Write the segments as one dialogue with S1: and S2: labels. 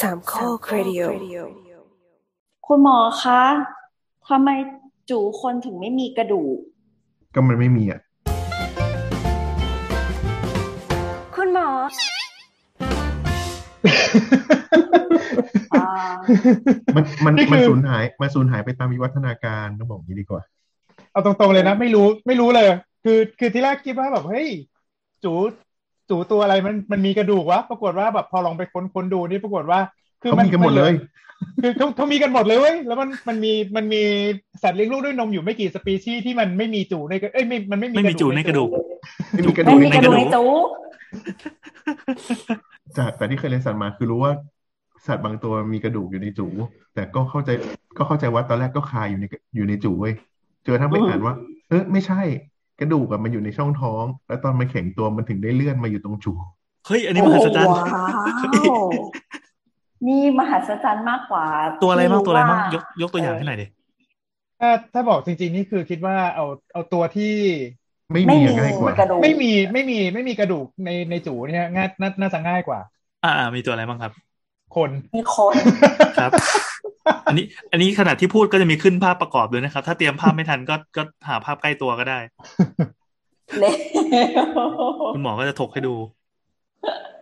S1: สามข้อครดิโอ
S2: คุณหมอคะทำไมจู่คนถึงไม่มีกระดูก
S3: ก็มันไม่มีอ่ะ
S1: คุณหมอ
S2: อ่า
S3: มันมัน
S4: นี่คือ
S3: มันสูญหายมันสูญหายไปตามวิวัฒนาการต้องบอกอย่างนี้ดีกว่า
S4: เอาตรงๆเลยนะ ไม่รู้ไม่รู้เลย คือคือที่แรกคิดว่าแบบเฮ้ยจูจูตัวอะไรมันมันมีกระดูกวะปรากฏว่าแบบพอลองไปค้นค้นดูนี่ปรากฏว่า คือ
S3: เขามีกันหมดเลย
S4: คือเขาเขามีกันหมดเลยเว้ยแล้วมันมันมีมันมีสัตว์เลี้ยงลูกด้วยนมอยู่ไม่กี่สปีชีส์ที่มันไม่มีจูในกระเอ้ยไม่มันไม่มี
S5: ไม่มีจูในกระดูก
S3: ไม่มีกระดู
S2: ไม่มี
S3: ก
S2: กระดูก
S5: ในกระดูก
S2: ในจู
S3: สัตว์แต่ที่เคยเรียนสัตว์มาคือรู้ว่า สัตว์บางตัวมีกระดูกอยู่ในจูแต่ก็เข้าใจก็เข้าใจว่าตอนแรกก็คายอยู่ในอยู่ในจูเว้ยเจอทั้งไปอ่านว่า เออไม่ใช่ กระดูกอะมันอยู่ในช่องท้อง แล้วตอนมันแข็งตัวมันถึงได้เลื่อนมาอยู่ตรงจู
S5: เฮ้ย อันนี้มหัศจรรย์
S2: โอ้โหว้าวนี่มหัศจรรย์มากกว่า
S5: ตัวอะไรบ้างตัวอะไรบ้างยกยกตัวอย่าง
S2: เออ
S5: ให้หน่อยดิ
S4: ถ้าถ้าบอกจริงๆนี่คือคิดว่าเอาเอาตัวที่
S3: ไม่
S2: ไม่
S3: มี
S2: มี
S3: อะง่ายกว่า
S2: กระดูก
S4: ไม่มีไม่มีไม่มีกระดูกในในจูเนี่ยง่ายน่าน่าจะง่ายกว่า
S5: อ่าอ่ามีตัวอะไรบ้างครับ
S4: คน
S2: มีคน
S5: ครับ อันนี้ อันนี้ขนาดที่พูดก็จะมีขึ้นภาพประกอบด้วยนะครับ ถ้าเตรียมภาพไม่ทันก็ก็หาภาพใกล้ตัวก็ได้
S2: เละ
S5: คุณหมอก็จะถกให้ดู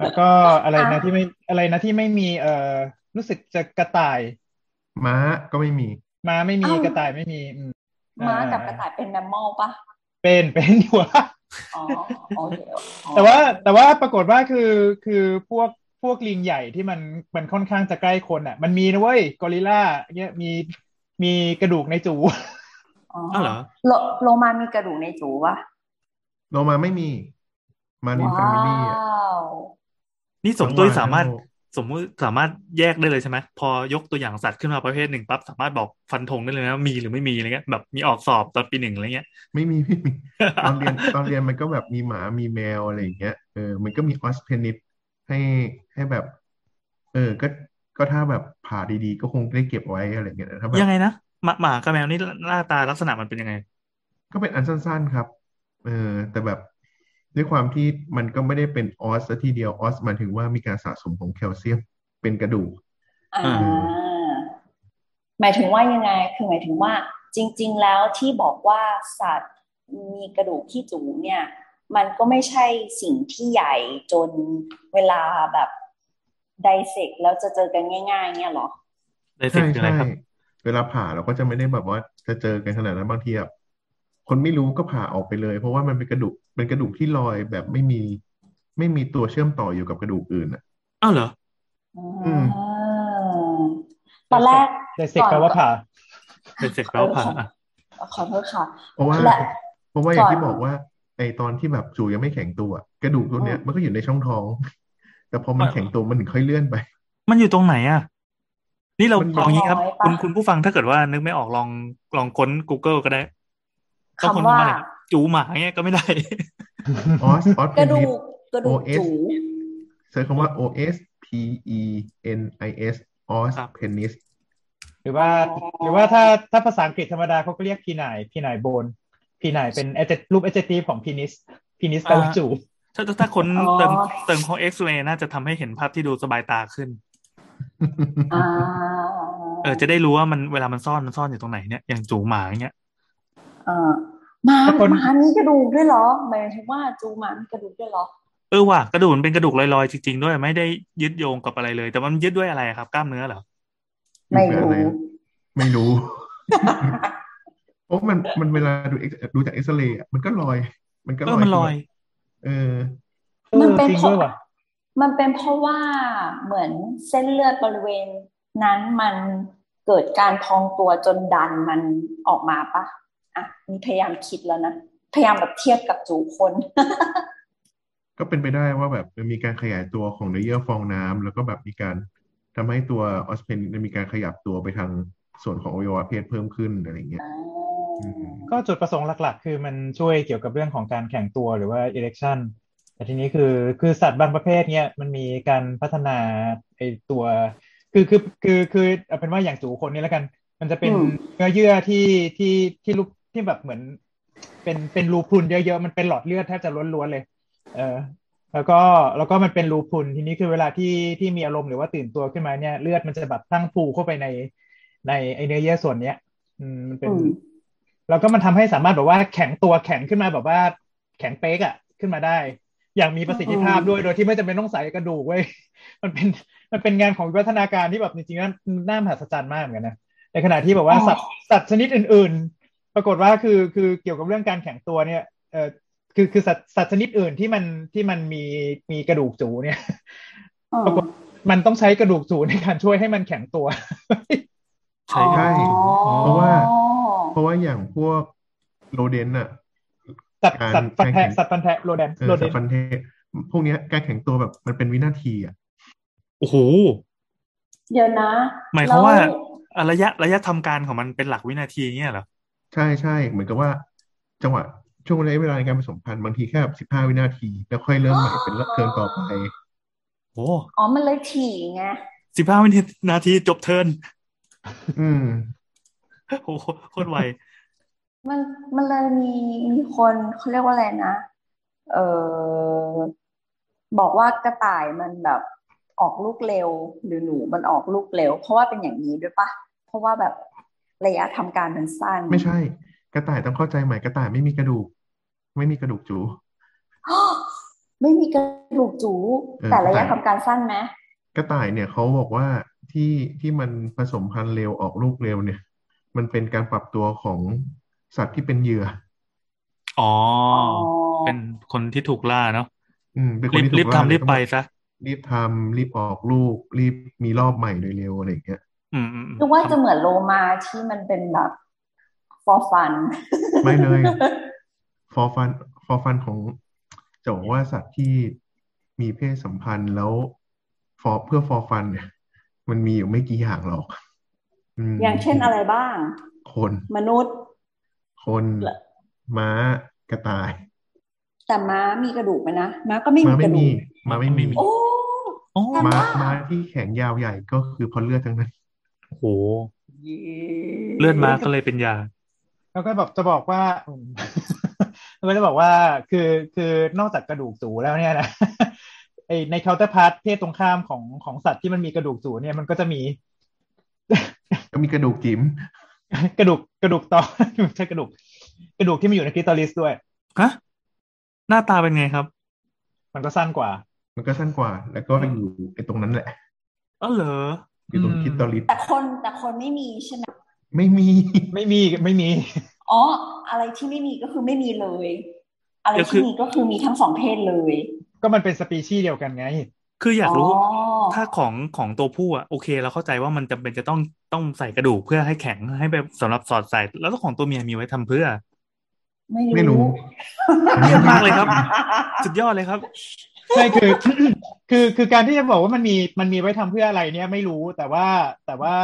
S4: แล้วก็อะไรนะที่ไม่อะไรนะที่ไม่มีเอ่อรู้สึกจะกระต่าย
S3: ม้าก็ไม่มี
S4: ม้าไม่มีกระต่ายไม่มีอืม
S2: ม้ากับกระต่ายเป็นแมมมอลปะ
S4: เป็นเป็นอยู่ว่า
S2: อ๋อโอเคอ๋อ
S4: แต่ว่าแต่ว่าปรากฏว่าคือคือพวกพวกลิงใหญ่ที่มันมันค่อนข้างจะใกล้คนอ่ะ มันมีนะเว้ยกอริลล่าเนี่ยมีมีกระดูกในจู
S2: อ๋อ
S5: อ้าวเหรอ
S2: โลโลมามีกระดูกในจูปะ
S3: โลมาไม่มี มารินแฟ
S2: ว้า
S3: มิลี่อะ
S2: ว
S5: นี่สม
S3: ทั้ง
S5: ตัว
S3: ว
S5: สามารถ
S3: ทั้งโลก
S5: สมมติสามารถแยกได้เลยใช่ไหมพอยกตัวอย่างสัตว์ขึ้นมาประเภทหนึ่งปั๊บสามารถบอกฟันธงได้เลยนะว่ามีหรือไม่มีอะไรเงี้ยแบบมีออกสอบตอนปีหนึ่งอะไรเงี้ย
S3: ไม่มีไม่มี ตอนเรียนตอนเรียนมันก็แบบมีหมามีแมวอะไรอย่างเงี้ยเออมันก็มีออสเพนิดให้ให้แบบ เออ ก็ก็ถ้าแบบผ่าดีๆ ก็คงได้เก็บไว้อะไรอย่างเงี้ยนะถ้าแบ
S5: ยั
S3: บ
S5: งไงนะหมาหมากับแมวนี่หน้าตาลักษณะมันเป็นยังไง
S3: ก็เป็นอันสั้นๆครับ เออ แต่แบบด้วยความที่มันก็ไม่ได้เป็นออสซะทีเดียวออสหมายถึงว่ามีการสะสมของแคลเซียมเป็นกระดูก
S2: อ่า
S5: อื
S2: หมายถึงว่ายังไง คือหมายถึงว่า จริง ๆ แล้วที่บอกว่าสัตว์มีกระดูกที่จูงเนี่ย มันก็ไม่ใช่สิ่งที่ใหญ่จนเวลาแบบไดเซกแล้วจะเจอกันง่าย ๆ เนี่ยเหรอ
S5: ได้สิ
S3: ใช่
S5: คืออะไรครับ
S3: ใช่เวลาผ่าเราก็จะไม่ได้แบบว่าจะเจอกันขนาดนั้นบางทีแบบคนไม่รู้ก็ผ่าออกไปเลย เพราะว่ามันเป็นกระดูกเป็นกระดูกที่ลอยแบบไม่มี ไม่มีตัวเชื่อมต่ออยู่กับกระดูกอื่นอ่ะ
S5: อ้าวเหรอ
S2: อื
S3: ม
S2: มตอนแรก
S4: ได เซกแปลว่าผ่า
S5: เป็นเสร็จแล้วผ่าอ่ะ
S2: ขอโทษค่ะ
S3: เพราะว่า
S2: และ
S3: เพราะว่าอย่างที่
S2: ก่อน
S3: บอกว่าไอตอนที่แบบจูยังไม่แข็งตัว กระดูกตัวเนี้ยมันก็อยู่ในช่องท้อง แต่พอมันแข็งตัวมันถึงค่อยเลื่อนไป
S5: มันอยู่ตรงไหนอ่ะ นี่เรา
S3: มันอยู่
S5: เอางี้ครับ
S2: น้อยปะ
S5: คุณคุณผู้ฟังถ้าเกิดว่านึกไม่ออกลองลองค้น Google ก็ได้
S2: คำ
S5: ค้น
S2: ว่า
S5: อะไรจูหมาเงี้ยก็ไม่ได้
S3: ออสออ
S2: ก
S3: สเป็
S2: ระ
S3: น
S2: ดู
S3: นิด
S2: กกระดูก
S3: OS
S2: จู
S3: เซิร์ชคำว่า O S P E N I S ออส
S5: ครับ
S3: เพนิส
S4: หรือว่าหรือว่าถ้าถ้าภาษาอังกฤษธรรมดาเขาก็เรียกพีนายพีนายโบนพีนายเป็น adject- รูป adjective ของพีนิสพีนิสแปลว่าจู
S5: ถ้าถ้าถ้าค้น
S2: อ๋อ
S5: เติมเติมของเอ็กซ์เรย์น่าจะทำให้เห็นภาพที่ดูสบายตาขึ้น
S2: อ่า
S5: เออ จะได้รู้ว่ามันเวลามันซ่อนมันซ่อนอยู่ตรงไหนเนี่ยอย่างจูหมาเงี้ย
S2: เออหมา
S4: แต่คน
S2: หมามีกระดูกด้วยเหรอ หมายถึงว่าจูหมามีกระดูกด้วยเหรอ
S5: เออว่ะกระดูกมันเป็นกระดูกลอยๆจริงๆด้วยไม่ได้ยึดโยงกับอะไรเลย แต่มันยึดด้วยอะไรครับ กล้ามเนื้อเหรอ
S2: ไม่
S3: อยู่กับ
S2: รู้
S3: อะอะ ไม่รู้ เพราะมันมันเวลาดู X- ดูจากเอ็กซเรย์อะมันก็ลอย มันก็
S5: เออมันลอย
S3: เออ
S2: มันเป็น
S4: จริง
S2: เพราะ
S4: ด้วยว่ะ
S2: มันเป็นเพราะว่าเหมือนเส้นเลือดบริเวณนั้นมันเกิดการพองตัวจนดันมันออกมาปะอ่ะนี่พยายามคิดแล้วนะ พยายามแบบเทียบกับจูคน
S3: ก็เป็นไปได้ว่าแบบมันมีการขยายตัวของเนื้อเยื่อฟองน้ำแล้วก็แบบมีการทำให้ตัวออสเพนมีการขยับตัวไปทางส่วนของอวัยวะเพศเพิ่มขึ้นอะไรอย่างเงี้ย
S4: ก็จุดประสงค์หลัก ๆ คือมันช่วยเกี่ยวกับเรื่องของการแข่งตัวหรือว่า erection แต่ทีนี้คือคือสัตว์บางประเภทเนี่ยมันมีการพัฒนาไอตัว คือคือคือคือเอาเป็นว่าอย่างจูคนนี้แล้วกัน มันจะเป็น
S2: อืม
S4: เนื้อเยื่อที่ที่ที่รูปที่แบบเหมือน เป็นเป็นรูพรุนเยอะๆมันเป็นหลอดเลือดแทบจะล้วนๆเลย เออ แล้วก็แล้วก็มันเป็นรูพรุนทีนี้คือเวลาที่ที่มีอารมณ์หรือว่าตื่นตัวขึ้นมาเนี่ยเลือดมันจะแบบตั้งพูเข้าไปในในไอเนื้อเยื่อส่วนเนี้ย อืมมันเป็น
S2: อืม
S4: แล้วก็มันทำให้สามารถแบบว่าแข็งตัวแข็งขึ้นมาแบบว่าแข็งเป๊กอะขึ้นมาได้ อย่างมีประสิทธิภาพ
S2: อืม
S4: ด้วยโดยที่ไม่จำเป็นต้องใส่กระดูกเว้ย มันเป็นมันเป็นงานของวิวัฒนาการที่แบบจริงๆแล้วน่ามหัศจรรย์มากเหมือนกันนะในขณะที่แบบว่าสัตว์สัตว์ชนิดอื่น ๆ ปรากฏว่าคือคือเกี่ยวกับเรื่องการแข็งตัวเนี่ยเออคือคือสัตว์สัตว์ชนิดอื่นที่มันที่มันมีมีกระดูกจูเนี่ย
S2: อืม
S4: ปรากฏ มันต้องใช้กระดูกจูในการช่วยให้มันแข็งตัว
S5: ใช่ครับ
S2: อ๋อ
S3: เพราะว่า เพราะว่าอย่างพวกโลเดนอะ
S4: สัตว์
S3: การ
S4: สัตว์ฟันแทะ
S3: แข่ง
S4: สัตว์ฟันแทะโรแดน
S3: เออ
S4: โรแด
S3: สัต
S4: น
S3: ว์ฟันเทศพวกเนี้ยการแข่งตัวแบบมันเป็นวินาทีอะ
S5: โอ้โห
S2: เดี๋ยวนะ
S5: หมายความว่า
S2: แล้
S5: อ่ะระยะระยะทำการของมันเป็นหลักวินาทีเนี่ยเหรอ
S3: ใช่ใช่เหมือนกับว่า จังหวะช่วงระยะเวลาในการผสมพันธุ์บางทีแค่สิบห้าวินาที แล้วค่อยเริ่มใหม่เป็นเทิร์นต่อไป
S5: โอ้
S2: อ๋อมันเลยถี่ไง
S5: สิบห้าวินาทีจบเทิร์น
S3: อืม
S5: โอ้โหโคตรไว
S2: มันมันเลยมีมีคนเขาเรียกว่าอะไรนะ เออบอกว่ากระต่ายมันแบบออกลูกเร็วหรือหนูมันออกลูกเร็ว เพราะว่าเป็นอย่างนี้ด้วยปะเพราะว่าแบบระยะทำการมันสั้น
S3: ไม่ใช่ กระต่ายต้องเข้าใจใหม่กระต่ายไม่มีกระดูก ไม่มีกระดูกจู
S2: ไม่มีกระดูกจู
S3: เออ
S2: แต่ระยะ
S3: ใช่
S2: ทำการสั้นไหม
S3: กระต่ายเนี่ยเขาบอกว่าที่ที่มันผสมพันธุ์เร็วออกลูกเร็วเนี่ย มันเป็นการปรับตัวของสัตว์ที่เป็นเหยื่อ
S5: อ๋อ
S2: อ๋อ
S5: เป็นคนที่ถูกล่าเนาะ
S3: อืมเป็นคนที่ถู
S5: รีบรีบ
S3: กล่า
S5: ทำรีบไปซะ
S3: รีบทำรีบออกลูก รีบมีรอบใหม่โดยเร็วอะไรอย่างเงี้ย
S5: อืมอืมอืม
S2: นึกว่าจะเหมือนโลมาที่มันเป็นแบบ for fun
S3: ไม่เลย ฟอร์ฟันฟอร์ฟันของจะบอกว่าสัตว์ที่มีเพศสัมพันธ์แล้วฟอเพื่อฟอร์ฟันเนี่ย มันมีอยู่ไม่กี่อย่างหรอกอืม
S2: อย่างเช่นอะไรบ้าง
S3: คน
S2: มนุษย์
S3: คน
S2: และ
S3: ม้ากระต่าย
S2: แต่ม้ามีกระดูกไหมนะม้าก็ไม่มี
S3: ม้าก ไม่
S2: ระดู
S3: มี
S2: ก
S3: ม้าไม่มี
S2: โอ้
S5: โอ้
S2: ทำ
S3: ม้า
S2: ไว่า
S3: ม้าที่แขนยาวใหญ่ก็คือเพราะเลือดทั้งนั้น
S5: โห เลือดมาก็เลยเป็นยา
S4: แล้วก็แบบจะบอกว่าอืม แล้วก็จะบอกว่าคือคือนอกจากกระดูกสูแล้วเนี่ยนะ ไอในเคาน์เตอร์พาร์ทเพศตรงข้ามของของสัตว์ที่มันมีกระดูกสูเนี่ยมันก็จะมี
S3: ก็มีกระดูกจิ๋ม
S4: กระดูกกระดูกต่อ ไม่ ใช่กระดูก กระดูกที่มันอยู่ในคลิตอริสด้วย
S5: ฮะ หน้าตาเป็นไงครับ
S4: มันก็สั้นกว่า
S3: มันก็สั้นกว่า แล้วก็อยู่ไอ้ตรงนั้นแหละ
S5: อ๋อเหรอ
S3: อยู่ตรง
S4: อืม
S3: คิตอลิส
S2: แต่คนแต่คนไม่มีใช่ไหม
S3: ไม่มี
S4: ไม่มีไม่มี
S2: อ๋อ อะไรที่ไม่มีก็คือไม่มีเลย อะไร
S5: เดี๋ยวคื
S2: ที่
S5: อ
S2: มีก็คือมีทั้งสองเพศเลย
S4: ก็มันเป็นสปีชีส์เดียวกันไง
S5: คืออยากรู้
S2: อ๋อ
S5: ถ้าของของตัวผู้อะโอเคเราเข้าใจว่ามันจำเป็นจะต้องต้องใส่กระดูกเพื่อให้แข็งให้แบบสำหรับสอดใส่ แล้วของตัวเมียมีไว้ทำเพื่อ
S3: ไม่รู้
S5: เยี่ยมมากเลย ครับ สุดยอดเลยครับ
S4: ใช่คือ คือคือการที่จะบอกว่ามันมีมันมีไว้ทำเพื่ออะไรเนี่ยไม่รู้แต่ว่าแต่ว่า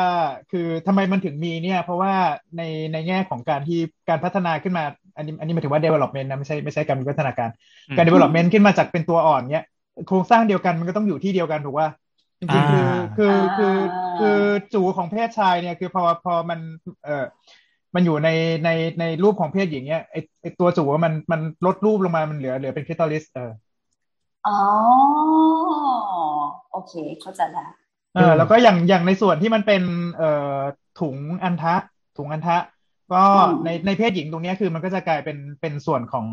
S4: คือทำไมมันถึงมีเนี่ย เพราะว่าในในแง่ของการที่การพัฒนาขึ้นมา อันนี้อันนี้หมายถึงว่า development นะไม่ใช่ไม่ใช่การวิวัฒนาการ
S5: อืม
S4: การ development ขึ้นมาจากเป็นตัวอ่อนเนี่ยโครงสร้างเดียวกันมันก็ต้องอยู่ที่เดียวกันถูกว่าจริงๆคือคือคือคือจูของเพศชายเนี่ยคือพอพอมันเออมันอยู่ในในในรูปของเพศหญิงเนี่ยไอไอตัวจูอะมันมันลดรูปลงมามันเหลือเหลือเป็นคริสตัลลิสเออ
S2: อ๋อโอเค เข้าใจละ
S4: เออแล้วก็อย่างอย่างในส่วนที่มันเป็นเอ่อถุงอันทะถุงอันทะ ก็
S2: อืม
S4: ในในเพศหญิงตรงเนี้ยคือมันก็จะกลายเป็นเป็นส่วนของ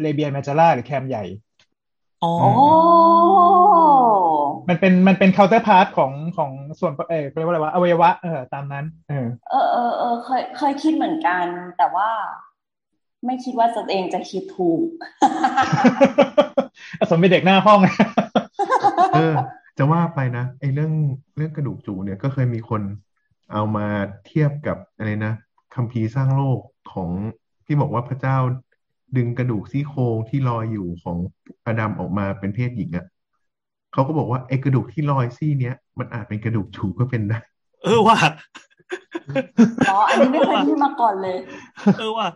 S4: เลเบียนแมจาร่าหรือแคมใหญ่
S5: อ๋อ
S2: โอ้
S4: มันเป็นมันเป็นเคาน์เตอร์พาร์ทของของส่วนเออเรียกว่าอะไรวะอวัยวะเออตามนั้นเออ
S2: เออเออเออเคยเคยคิดเหมือนกัน แต่ว่า ไม่คิดว่าตัวเองจะคิดถูก
S4: สมเป็นเด็กหน้าห้อง
S3: เออ จะว่าไปนะไอ้เรื่องเรื่องกระดูกจูเนี่ยก็เคยมีคนเอามาเทียบกับอะไรนะคัมภีร์สร้างโลกของที่บอกว่าพระเจ้าดึงกระดูกซี่โครงที่ลอยอยู่ของอาดัมออกมาเป็นเพศหญิงอะ่ะเขาก็บอกว่าไอ้กระดูกที่ลอยซี่เนี้ยมันอาจเป็นกระดูกจูก็เป็นได้
S5: เออว่า
S2: อ๋อ อันนี้ไม่เคยคิดมาก่อนเลย
S5: เออว่า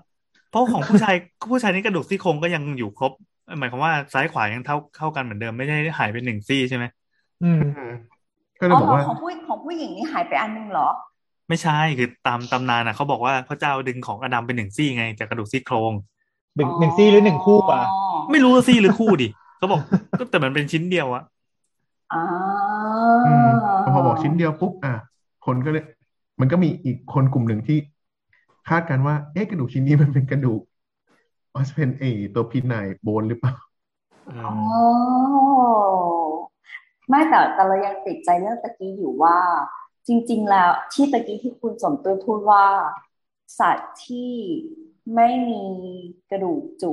S5: เพราะของผู้ชายผู้ชายนี่กระดูกซี่โครงก็ยังอยู่ครบ หมายความว่าซ้ายขวายังเท่าเท่ากันเหมือนเดิมไม่ได้หายไปหนึ่งซี่ใช่ไหม
S4: อืม
S3: ก็เลย
S2: อ๋อ
S3: บอกว่า
S2: ของผู้ของผู้หญิงนี่หายไปอันนึงเหรอ
S5: ไม่ใช่คือตามตำนานอ่ะเขาบอกว่าพระเจ้าดึงของอดัมเป็นหนึ่งซี่ไงจากกระดูกซี่โครง
S4: หนึ่งหนึ่งซี่หรือหนึ่งคู่อ่ะ
S5: ไม่รู้ว่าซี่หรือคู่ดิ เขาบอก ก็แต่มันเป็นชิ้นเดียวอะ
S2: อ๋อ
S3: อืมพอบอกชิ้นเดียวปุ๊บอ่ะคนก็เลย มันก็มีอีกคนกลุ่มหนึ่งที่ คาดการณ์ว่า เอ๊ะกระดูกชิ้นนี้มันเป็นกระดูกออสเพนเอตัวพีไนโบนหรือเปล่า
S5: เออ
S2: อ๋อไม่แต่แต่เรายังติดใจเรื่องตะกี้อยู่ว่า จริง ๆ แล้วที่ตะกี้ที่คุณสมตุลพูดว่า สัตว์ที่ไม่มีกระดูกจู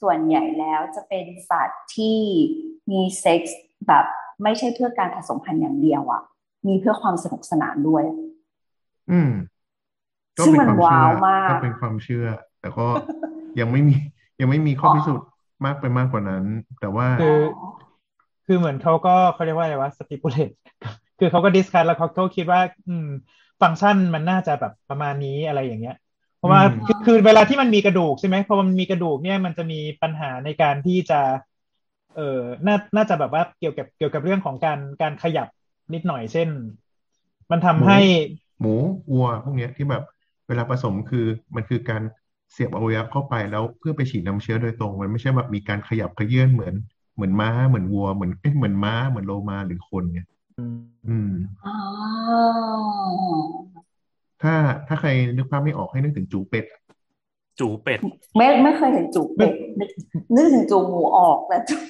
S2: ส่วนใหญ่แล้วจะเป็นสัตว์ที่มีเซ็กส์แบบไม่ใช่เพื่อการผสมพันธุ์อย่างเดียวอะมีเพื่อความสนุกสนานด้วย
S3: อืมก็
S2: ซึ่ง
S3: เป็น
S2: มัน
S3: ความเชื่
S2: ว้าว
S3: อ
S2: มาก
S3: ก็เป็นความเชื่อ แต่ก็ยังไม่มี ยังไม่มีข้อพิสูจน์มากไปมากกว่านั้น แต่ว่า
S4: คือ คือเหมือนเขาก็เขาเรียกว่าอะไรวะสติปูเลต คือเขาก็ดิสคัทแล้วเขาก็คิดว่า อืม ฟังก์ชันมันน่าจะแบบประมาณนี้อะไรอย่างเงี้ย เพราะว่า
S3: อืม
S4: คือคือเวลาที่มันมีกระดูกใช่ไหมพอมันมีกระดูกเนี่ยมันจะมีปัญหาในการที่จะ เออน่าน่าจะแบบว่าเกี่ยวกับเกี่ยวกับเรื่องของการการขยับนิดหน่อยเช่น มันทำให้
S3: หมูวัวพวกเนี้ยที่แบบเวลาผสมคือมันคือการเสียบอวัยวะเข้าไปแล้วเพื่อไปฉีดน้ำเชื้อโดยตรง มันไม่ใช่แบบมีการขยับเขยื่อนเหมือนเหมือนม้าเหมือนวัวเหมือนเอ๊ะเหมือนม้าเหมือนโลมาหรือคนเนี่ยอืม
S2: อ๋อ
S3: ถ้าถ้าใครนึกภาพไม่ออกให้นึกถึงจูเป็ดอะ
S5: จูเป็ด
S2: ไม่ไม่เคยเห็นจูบเป็ดนึกนึกถึงจูบหมูออกแต่จูบ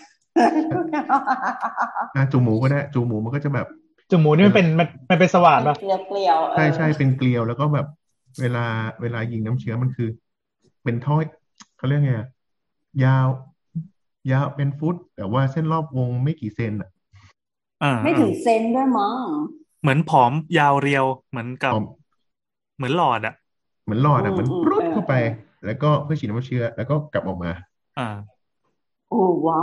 S3: อ่ะจูหมูก็ได้จูหมูมันก็จะแบบ
S4: จมูกนี่มันเป็นมันมันเป็นสว่านปะ
S2: เกลียวเกลียวๆเอ
S3: ใช่
S2: อ
S3: ใช่เป็นเกลียวแล้วก็แบบเวลาเวลายิงน้ำเชื้อมันคือ เป็นท่อเขาเรียกไงอะยาว ยาวเป็นฟุต แต่ว่าเส้นรอบวงไม่กี่เซนอ่ะ
S5: อ่า
S2: ไม่ถึงเซนด้วยมั้ง
S5: เหมือนผอมยาวเรียวเหมือนกับ
S3: ออม
S5: เหมือนหลอดอะ
S3: เหมือนหลอดอ่ะเหมือนปรุดเข้าไป แล้วก็เพื่อฉีดน้ำเชื้อ แล้วก็กลับออกมา
S5: อ่า
S2: โอ้ว้า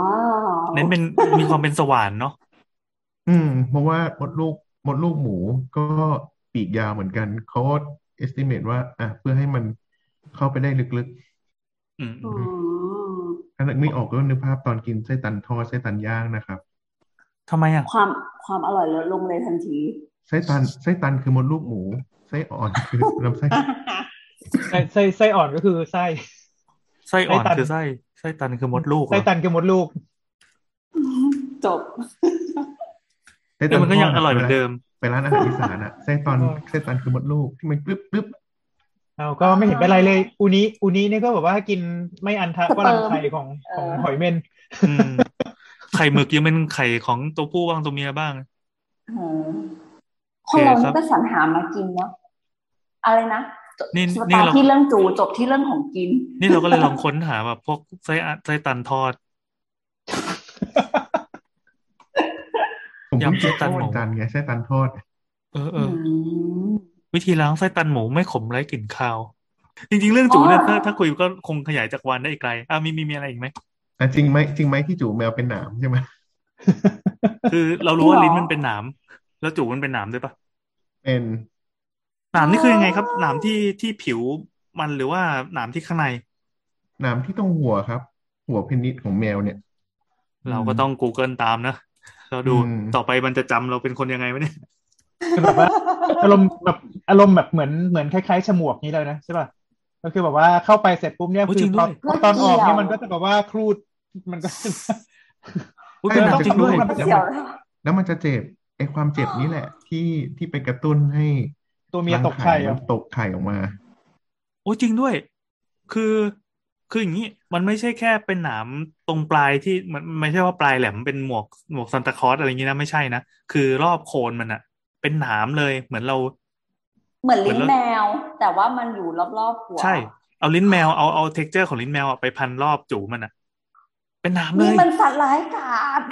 S2: ว
S5: เน้นเป็นมีความเป็นสว่านเนาะ
S3: อืม เพราะว่ามดลูกมดลูกหมูก็ปีกยาวเหมือนกันเขาก็ estimate ว่า อ่ะเพื่อให้มันเข้าไปได้ลึก
S5: อืม
S2: อืม
S3: ๆถ้านึกไม่ออกก็นึกภาพตอนกินไส้ตันทอดไส้ตันย่างนะครับ
S5: ทำไมอ่ะ
S2: ความความอร่อยลดลงเลยทันที
S3: ไส้ตันไส้ตันคือมดลูกหมูไส้อ่อนคือลำไส้
S4: ไส้ไส้ไส้อ่อนก็คือไส้
S5: ไส้อ่อน
S4: ไส้ตัน
S5: คือไส้ไส้ตันคือมดลูกเหรอ
S4: ไส้ตันคือมดลูก
S2: จบ
S3: ไส้
S5: เออมันก็ยังอร่อยเหมือนเดิม
S3: ไปร้านอาหารอีสานอะไส้ตอน
S4: เออ
S3: ไส้ตันคือมดลูกที่มันปึ๊บปึ๊บ
S4: เอาก็ไม่เห็นเป็นไรเลยอูนี้อูนี้นี่ก็แบบว่ากินไม่อันทะ
S2: สเปิ
S4: ก็
S2: ร์ม
S4: รังไข่ของของ
S2: เออ
S4: หอยเม่น
S5: อืมไข่หมึกยังเป็นไข่ของตัวผู้บ้างตัวเมียบ้าง
S2: เออคนเรา
S5: โอเคครั
S2: นี่
S5: บ
S2: ก็สรรหามากินเนาะอะไรนะจบ
S5: นี่
S2: ส
S5: นี่
S2: ตาร์
S5: เรา
S2: ทที่เรื่องจูจบที่เรื่องของกิน
S5: นี่เราก็เลยลองค้นหาแบบพวกไส้อะไส้ตันทอด
S3: ผม
S5: ยำ
S3: เพิ่ง
S5: ไส้ตันหมู
S3: เจอเมื่อวันจันทร์ไงไส้ตันทอด
S5: เออเอ
S2: อื
S5: อ
S2: ม
S5: วิธีล้างไส้ตันหมูไม่ขมไร้กลิ่นคาว จริง ๆ เรื่องจูเนี่ย
S2: อ๋อ
S5: ถ้าถ้าคุยก็คงขยายจากวันได้อีกไกลอ่ะมีมีมีอะไรอีกไหม
S3: อ่ะจริงไหมจริงไหมที่จู่แมวเป็นหนามใช่ไหม
S5: คือเรารู้ว่า
S2: จริ
S5: ลิ้
S2: ง
S5: น
S2: เหรอ
S5: มันเป็นหนามแล้วจูมันเป็นหนามด้วยปะ
S3: เป็น
S5: หนามนี่คือยังไงครับหนามที่ที่ผิวมันหรือว่าหนามที่ข้างใน
S3: หนามที่ต้องหัวครับ หัวเพนนิสของแมวเนี่ย
S5: เราก็ต้อง Google ตามนะ เราดู
S3: อืม
S5: ต่อไปมันจะจำเราเป็นคนยังไงไหมเนี่ย
S4: คือแบบว่าอารมณ์แบบอารมณ์แบบเหมือนเหมือนคล้ายๆฉมวกนี้เลยนะใช่ป่ะก็คือแบบว่าเข้าไปเสร็จปุ๊บเนี่ย
S5: โอ้ย
S4: คื
S5: จริ
S4: อง พอ
S5: ด้วย
S4: พอตอนออกเนี่ย
S2: เกี่ยว
S4: มันก็จะแบบว่าครูดมันก็
S5: อุ๊ย
S3: ใช่
S5: เป็นหนาม
S3: มันจะ
S5: จริงด้วย
S3: ครูด
S2: เสี่ยวเลย
S3: แล้วมันจะเจ็บไอ้ความเจ็บนี่แหละ ที่ที่ไปกระตุ้นให้
S4: ตัวเมีย
S3: รั
S4: ตกไข่เหร
S3: มั
S4: อน
S3: ตกไข่ออกมา
S5: โอ้ยจริงด้วย คือ คืออย่างนี้ มันไม่ใช่แค่เป็นหนามตรงปลายที่มันมันไม่ใช่ว่าปลายแหลมเป็นหมวกหมวกซันตาคลอสอะไรอย่างนี้นะไม่ใช่นะ คือรอบโคนมันอะเป็นหนามเลยเหมือนเรา
S2: เหมือนลิ้น
S5: เหมือนเรา
S2: แมว แต่ว่ามันอยู่รอบๆหัว
S5: ใช่ เอาลิ้นแมวเอาเอาเท็กเจอร์ของลิ้นแมวอะไปพันรอบจูมันอะเป็นหนามเล
S2: นี่
S5: ย
S2: มันสัตว์ร้ายกาจ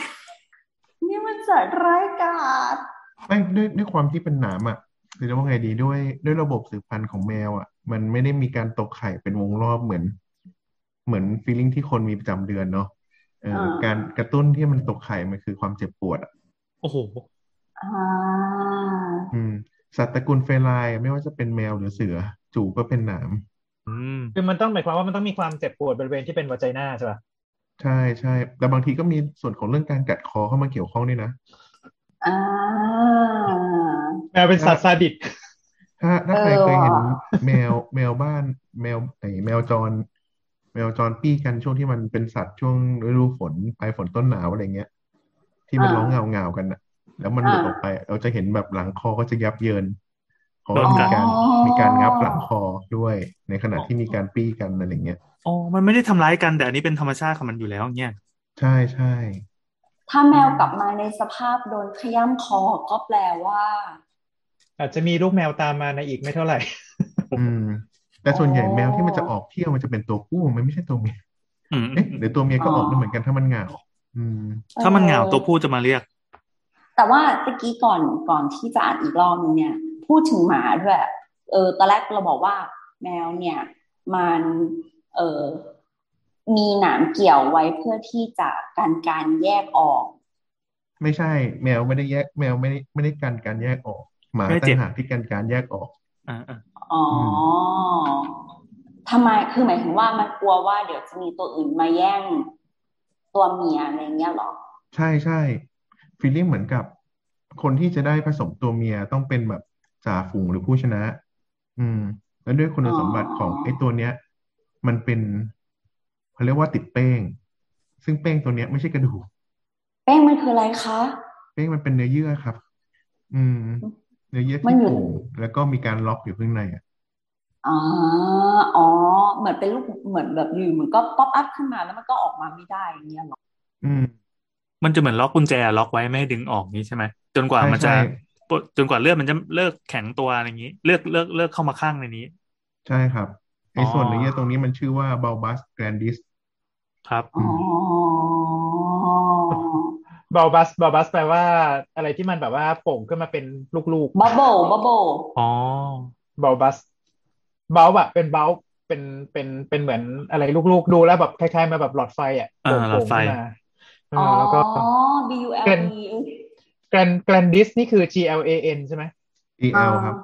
S2: นี่มันสัตว์ร้ายกาจ
S3: ไม่ด้วยด้วยความที่เป็นหนามอ่ะคือจะว่าไงดีด้วยด้วยระบบสืบพันธุ์ของแมวอ่ะ มันไม่ได้มีการตกไข่เป็นวงรอบเหมือน เหมือนฟีลลิ่งที่คนมีประจำเดือนเนาะเออ
S2: อ่า
S3: การกระตุ้นที่มันตกไข่มันคือความเจ็บปวดอ่ะ
S5: โอ้โห
S2: อ่า
S3: อืม สัตว์ตระกูลเฟลายไม่ว่าจะเป็นแมวหรือเสือ จู่ก็เป็นหนาม
S5: อืม
S4: คือมันต้องหมายความว่ามันต้องมีความเจ็บปวดบริเวณที่เป็นหัวใจหน้าใช่ป่ะ
S3: ใช่ใช่แต่บางทีก็มีส่วนของเรื่องการกัดคอเข้ามาเกี่ยวข้องด้วยนะ
S2: อ่า
S4: แมวเป็นสัตว์ซาดิส
S3: ถ้าถ้าใคร
S2: เออ
S3: เคยเห็น
S2: ว่ะ
S3: แมวแมวบ้าน แมวไอแมวจร แมวจรปี้กันช่วงที่มันเป็นสัตว์ช่วงฤดูฝนปลายฝนต้นหนาวอะไรเงี้ย ที่มัน
S2: อ่า
S3: ร้องเงาเงาๆกันน่ะ แล้วมันหลุด
S2: อ่า
S3: ออกไป เราจะเห็นแบบหลังคอก็จะยับเยินเพราะ
S5: โด
S3: ว่านมี
S5: กัด
S3: การ
S2: อ๋อ
S3: มีการงับหลังคอด้วย ในขณะที่มีการปี้กันอะไรเงี้ย
S5: อ๋อมันไม่ได้ทำร้ายกันแต่อันนี้เป็นธรรมชาติของมันอยู่แล้วอย่างเงี้ย
S3: ใช่ใช่
S2: ถ้าแมวกลับมาในสภาพโดนขย้ำคอก็แปลว่า
S4: อาจจะมีลูกแมวตามมาในอีกไม่เท่าไหร่
S3: อืม แต่ส่วนใหญ่
S2: อ๋อ
S3: แมวที่มันจะออกเที่ยวมันจะเป็นตัวผู้มันไม่ใช่ตัวเมีย
S5: อื ม
S3: เอ๊ะหรือตัวเมียก็ออก
S2: อ๋อ
S3: ด้วยเหมือนกันถ้ามันเหงาอืม
S5: ถ้ามันเหงา
S2: เออ
S5: ตัวผู้จะมาเรียก
S2: แต่ว่าตะกี้ก่อนก่อนที่จะอ่านอีกรอบนึงเนี่ย พูดถึงหมาด้วยเออตอนแรกเราบอกว่าแมวเนี่ย มันเออมีหนามเกี่ยวไว้เพื่อที่จะกันการแยกออก
S3: ไม่ใช่ แมวไม่ได้แยก แมวไม่ได้ไม่ได้กันการแยกออกหมา
S5: ไม่ได้เจ็
S3: ต่า
S5: บ
S3: งหากที่กันการแยกออก
S5: อ่าอ่า
S2: อ๋ออ
S3: ม
S2: ทำไมคือหมายถึงว่ามันกลัวว่าเดี๋ยวจะมีตัวอื่นมาแย่งตัวเมียอะไรเงี้ยเหรอ
S3: ใช่ใช่ฟีลลิ่งเหมือนกับ คนที่จะได้ผสมตัวเมียต้องเป็นแบบจ่าฝูงหรือผู้ชนะ อืม แล้วด้วยคุณสมบัติของไอ้ตัวเนี้ย มันเป็นเขาเรียกว่าติดเป้ง ซึ่งเป้งตัวเนี้ยไม่ใช่กระดูก
S2: แป้งมันคืออะไรคะ
S3: เป้งมันเป็นเนื้อเยื่อครับ อืม เนื้อเยื่อ
S2: มั
S3: ที่
S2: นอยู่
S3: โป่งแล้วก็มีการล็อกอยู่ข้างในอ่ะ
S2: อ๋ออ๋อ เหมือนเป็นลูกเหมือนแบบอยู่เหมือนก็ป๊อปอัพขึ้นมาแล้วมันก็ออกมาไม่ได้อย่างเงี้ยเหรอ
S3: อืม
S5: มันจะเหมือนล็อกกุญแจล็อกไว้ไม่ให้ดึงออกนี้ใช่ไหมจนกว่า
S3: ใช่
S5: มันจะ
S3: ใช่
S5: ปลดจนกว่าเลือดมันจะเลิกแข็งตัวอะไรอย่างนี้ เลือกเลิกเลิกเข้ามาข้างในนี้
S3: ใช่ครับไอ้ส่วนเนื้อเยื่อตรงนี้มันชื่อว่า bulbous grandis
S5: ครับ
S2: อ๋อ
S4: บาบัสบาบัสแปลว่าอะไรที่มันแบบว่าโป่งขึ้นมาเป็นลูก
S2: บับเบิลบับเบิล
S5: อ๋อ
S4: ๆบาบัสเบาอะเป็นเบาเป็นเป็นเป็นเหมือนอะไรลูกๆดูแล้วแบบคล้ายๆมาแบบหลอดไฟอะ
S5: อ่าหลอดไฟ
S4: โป่งๆขึ้นมาเอ
S2: อ๋อ
S4: อแล้วก็
S2: B U L
S4: เป็น
S2: E
S4: แกรนแกรนดิสนี่คือ G L A N ใช่ไหม
S3: EL ครับ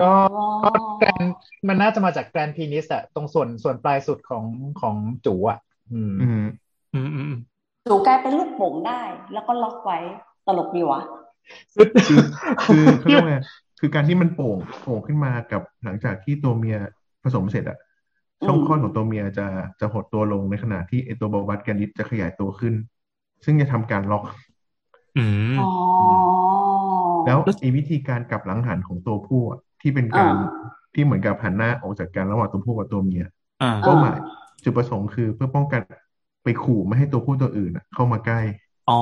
S4: ก็
S2: อ๋อ
S4: ก็แกรนมันน่าจะมาจากแกรนพีนิสอะตรงส่วนส่วนปลายสุดของของจูอะอืม
S3: อืม
S5: อืมอืมอืม
S2: จูกลายเป็นลูกโป่งได้ แล้วก็ล็อกไว้ตลกดีวะ
S3: คือคือ เขาเรียกว่าไงคือการที่มันโป่งโป่งขึ้นมากับหลังจากที่ตัวเมียผสมเสร็จอะ
S2: อืม
S3: ช่องคลอดของตัวเมียจะจะหดตัวลงในขณะที่ไอตัวบอบัสแกนดิสจะขยายตัวขึ้น ซึ่งจะทำการล็อก
S5: อืม
S2: อ๋อ
S3: แล้วไอวิธีการกลับหลังหันของตัวผู้อะที่เป็นการ
S2: อ่า
S3: ที่เหมือนกับหันหน้าออกจากกันระหว่างตัวผู้กับตัวเมีย
S5: อ่า
S3: เป้าหมายจุดประสงค์คือเพื่อป้องกันไปขู่ไม่ให้ตัวผู้ตัวอื่นอะเข้ามาใกล้
S5: อ๋อ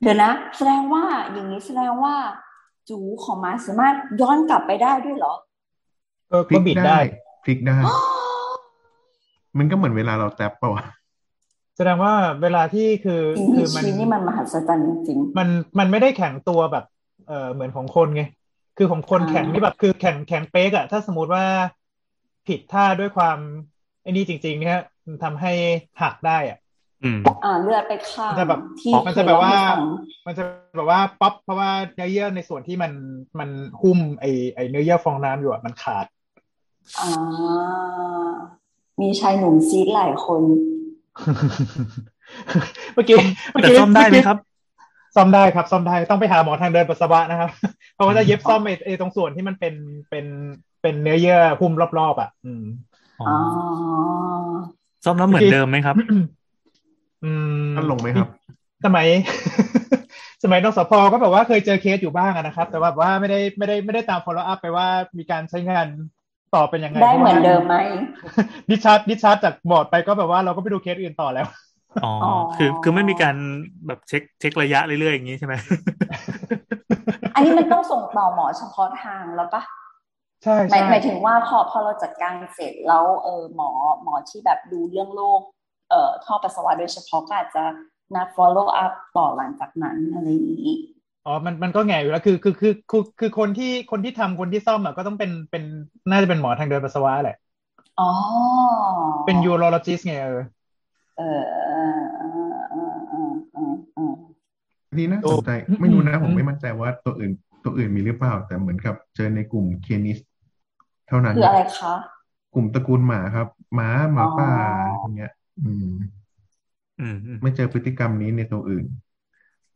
S2: เดี๋ยวนะ แสดงว่าอย่างนี้แสดงว่า จูของมาสามารถย้อนกลับไปได้ด้วยเหรอ
S4: ก็
S3: พลิ
S4: ก็
S3: ก
S4: บิด
S3: ได้
S4: ได้
S3: พลิกได้ มันก็เหมือนเวลาเราแท็บเปล่าวะ
S4: แสดงว่าเวลาที่คือ
S2: สิ่ง
S4: คื
S2: ที่
S4: อมัน
S2: ชี้นี่มันมหัศจรรย์จริง
S4: มันมันไม่ได้แข็งตัวแบบเออเหมือนของคนไง คือของคน
S2: อ่า
S4: แข็งนี่แบบคือแข็งแข็งเป๊กอะถ้าสมมติว่าผิดท่าด้วยความไอ้นี่จริง ๆ เนี่ยมันทำให้หักได้อะ
S5: อืม
S2: ๆอ่าเลือดไปข้าง
S4: มันจะแบบ
S2: ที่
S4: มันจะแบบว่า
S2: เคยเล่ให้ฟัง
S4: มันจะแบบว่าป๊อปเพราะว่าเนื้อเยื่อในส่วนที่มันมันหุ้มไอไอเนื้อเยื่อฟองน้ำอยู่อะมันขาด
S2: อ่ามีชายหนุ่มซีดหลายคน
S4: เมื่อกี้เมื่อ
S5: แต่
S4: กี้
S5: ซ่อมได้ไหมครับ
S4: ซ่อมได้ครับซ่อมได้ต้องไปหาหมอทางเดินปัสสาวะนะครับ เพราะว่าจะเย็บซ่อมไอไอตรงส่วนที่มันเป็นเป็นเป็นเนื้อเยื่อหุ้มรอบๆอ่ะ อืม
S5: อ๋อ
S2: อ๋อ
S5: ซ่อมแล้วเหมือนเดิมไหมครับ
S4: อืม
S3: ท่านลงไหมครับ
S4: สมัย สมัยนสพก็แบบว่าเคยเจอเคสอยู่บ้างอะนะครับ แต่ว่าแบบว่าไม่ได้ไม่ได้ไม่ได้ตาม follow up ไปว่ามีการใช้งานต่อเป็นยังไง
S2: ได้เหมือนเดิมไหม
S4: ดิชาร์ดดิชาร์ดจากบอร์ดไปก็แบบว่าเราก็ไปดูเคสอื่นต่อแล้ว
S5: อ๋อ
S2: อ๋อ
S5: คือคือไม่มีการแบบเช็คเช็คระยะเรื่อยๆอย่างนี้ใช่ไหม
S2: อันนี้มันต้องส่งต่อหมอเฉพาะทางแล้วปะ
S4: ใช่
S2: หมาย
S4: ใช่
S2: หมายถึงว่าพอพอเราจัดการเสร็จแล้วเออหมอหมอที่แบบดูเรื่องโรคเอ่อท่อปัสสาวะโดยเฉพาะก็อาจจะนัด follow up ต่อหลังจากนั้นอะไรอย่างนี้
S4: อ๋อมันมันก็แง่อยู่แล้วคือคือคือคือคือคนที่คนที่ทำคนที่ซ่อมอะก็ต้องเป็นเป็นน่าจะเป็นหมอทางเดินปัสสาวะแหละ
S2: อ๋อ
S4: เป็น urologist ไงเออ
S2: เออเออเออเออเออเออเออ
S3: นี่น่าสนใจ
S4: อืม
S3: ไม่รู้นะ
S4: อืม
S3: ผมไม่มั่นใจว่าตัวอื่นตัวอื่นมีหรือเปล่า แต่เหมือนกับเจอในกลุ่มเคนิส เท่านั้น
S2: คืออะไรคะ
S3: กลุ่มตระกูลหมาครับหมาหมา
S2: อ๋อ
S3: ป่าอย่างเงี้ย อืม
S5: อืมอืม
S3: ไม่เจอพฤติกรรมนี้ในตัวอื่น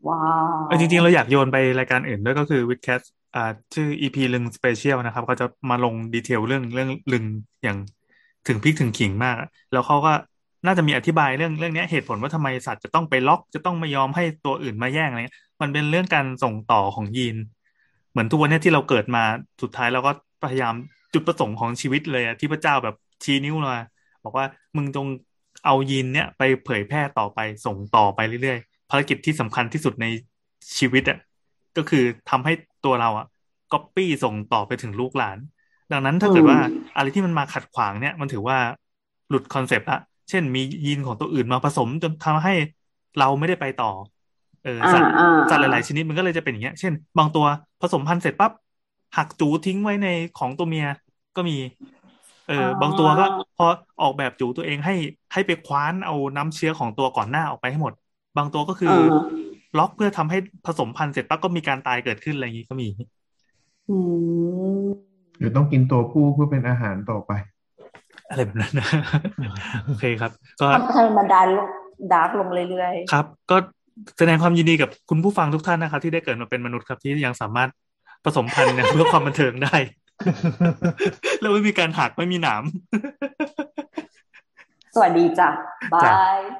S2: ว้าว
S5: เออจริงๆ เราอยากโยนไปรายการอื่นด้วยก็คือวิดแคสอ่าชื่อ EP ลึงสเปเชียลนะครับเขาจะมาลงดีเทลเรื่องเรื่องลึงอย่าง ถึงพริกถึงขิงมากอะแล้วเขาก็น่าจะมีอธิบายเรื่องเรื่องเนี้ยเหตุผลว่าทำไมสัตว์จะต้องไปล็อกจะต้องไม่ยอมให้ตัวอื่นมาแย่งอะไรเงี้ยมันเป็นเรื่องการส่งต่อของยีน เหมือนทุกวันเนี้ยที่เราเกิดมาสุดท้ายเราก็พยายามจุดประสงค์ของชีวิตเลยอะที่พระเจ้าแบบชี้นิ้วมาบอกว่ามึงจงเอายีนเนี้ยไปเผยแพร่ต่อไปส่งต่อไปเรื่อยๆภารกิจที่สำคัญที่สุดในชีวิตอะก็คือทำให้ตัวเราอะก๊อปปี้ส่งต่อไปถึงลูกหลาน ดังนั้นถ้าเกิดว่า
S2: อืม
S5: อะไรที่มันมาขัดขวางเนี่ย มันถือว่าหลุดคอนเซปต์ละเช่นมียีนของตัวอื่นมาผสมจนทำให้เราไม่ได้ไปต่อเออสัตว์
S2: อ่า
S5: สัตว์หลาย ๆ ชนิดมันก็เลยจะเป็นอย่างเงี้ย เช่น บางตัวผสมพันธุ์เสร็จปั๊บหักจูทิ้งไว้ในของตัวเมียก็มี เอออ
S2: อ
S5: บางตัวก็พอออกแบบจูตัวเองให้ให้ไปคว้านเอาน้ำเชื้อของตัวก่อนหน้าออกไปให้หมด บางตัวก็คือ
S2: เออ
S5: ล็อกเพื่อทำให้ผสมพันธุ์เสร็จปั๊บก็มีการตายเกิดขึ้นอะไรอย่างงี้ก็มี
S2: อืม
S3: หรือต้องกินตัวผู้เพื่อเป็นอาหารต่อไป
S5: อะไรแบบนั้นนะ โอเคครับ ก็
S2: ทำให้มันดันลงดาร์กลงเรื่อยๆ
S5: ครับ ก็แสดงความยินดีกับคุณผู้ฟังทุกท่านนะครับ ที่ได้เกิดมาเป็นมนุษย์ครับที่ยังสามารถผสมพันธุ์นะ เพื่อความบันเทิงได้ แล้วไม่มีการหักไม่มีหนาม
S2: สวัสดีจ้ะ บา
S5: จ้ะ
S2: ย